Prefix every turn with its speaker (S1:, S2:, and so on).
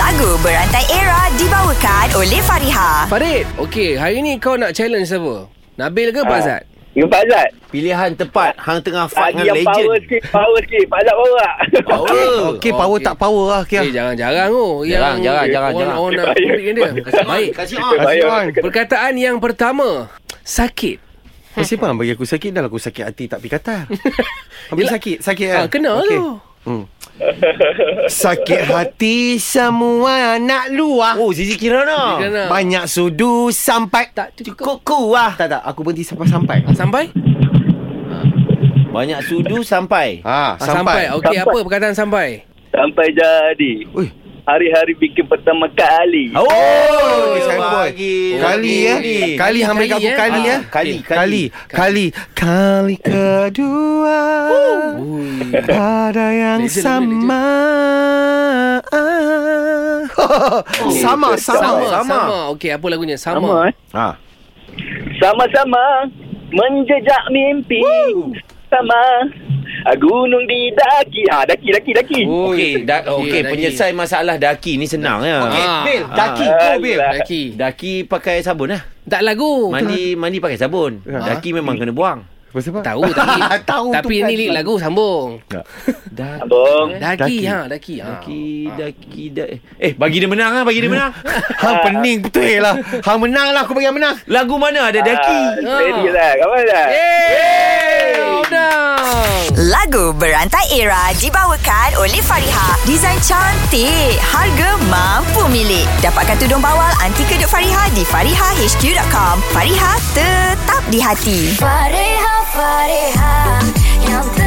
S1: Lagu Berantai Era dibawakan oleh Fariha.
S2: Farid, okey, hari ni kau nak challenge siapa? Nabil ke Pak
S3: Ah.
S2: Zat?
S3: Dengan Pak Zat
S4: Pilihan tepat Hang tengah fight
S3: Tadi
S4: dengan
S3: yang power
S4: legend Oh,
S3: sikit Power sikit Pak Zat power tak
S4: Power
S5: Okey, power
S2: Okey.
S5: tak power lah Kia.
S2: Eh, jangan-jangan oh.
S4: Jarang,
S2: Yang
S4: jarang, jarang,
S2: orang,
S4: jarang.
S2: Orang nak
S3: Baik.
S2: topik dia. Baik.
S4: Kasih
S3: Kita
S4: on
S3: bayar
S5: on.
S2: lah.
S3: dekat-
S2: Perkataan yang pertama, sakit.
S5: Kau siapa nak Eh, bagi aku sakit Dah lah aku sakit hati tak pergi Qatar Habis
S2: Yelah.
S5: sakit Sakit kan
S2: Ah, kena
S5: Okey.
S2: tu.
S5: hmm. Sakit hati semua nak luah
S4: Oh Zizi
S5: Ah,
S4: Kirana
S2: Zizi Kirana.
S5: Banyak sudu sampai
S2: Tak cukup.
S5: kuah Tak tak aku berhenti sampai-sampai
S2: Sampai?
S4: Banyak sudu sampai
S2: Ah,
S5: Ha,
S2: sampai.
S5: sampai.
S2: Okey,
S3: Sampai.
S2: apa perkataan sampai?
S3: Sampai jadi
S5: Ui.
S3: Hari-hari bikin pertama kali
S4: Oh,
S5: Oh, sambut. Kali ya. Kali hang bagi
S2: Kali,
S5: aku
S2: eh.
S5: kali ya.
S4: Ah, kali,
S5: Kali. Kali. Kali kedua. Pada yang
S2: Legend,
S5: sama. Sama, sama,
S2: Sama,
S5: sama.
S2: Oh, sama. Okey, apa lagunya? Sama.
S3: Sama eh
S5: Ah.
S3: Sama-sama Menjejak mimpi Sama Gunung didaki Ah daki daki daki
S4: Oh, Okey, da-
S2: Okey,
S4: okey,
S2: Daki.
S4: penyelesai masalah daki ni senang ya.
S2: Okey. Ah.
S5: Bil,
S4: Ah.
S5: daki go Bil.
S3: Alah.
S2: Oh, Daki.
S4: Daki pakai sabun lah.
S2: Tak lagu.
S4: Mandi mandi pakai sabun.
S5: Ah.
S4: Daki memang kena buang.
S5: Pasal apa?
S2: Tahu tapi
S5: Tahu tu
S2: tapi
S5: kan.
S2: ni lik lagu sambung.
S4: Daki,
S3: Abang
S2: Daki,
S5: Daki.
S2: ha, daki. Ha.
S4: daki, daki. Eh, bagi dia menang ah, bagi dia menang.
S5: Hang pening betul lah. Hang menang lah aku bagi hang menang.
S4: Lagu mana ada daki?
S2: Ah.
S3: Ready lah Kamu dah
S2: Yeay! Odang!
S1: Lagu Berantai Era dibawakan oleh Fariha. Desain cantik, harga mampu milik. Dapatkan tudung bawal anti kedut Fariha di farihahq.com. Fariha tetap di hati.
S6: Fareja, fareja, yang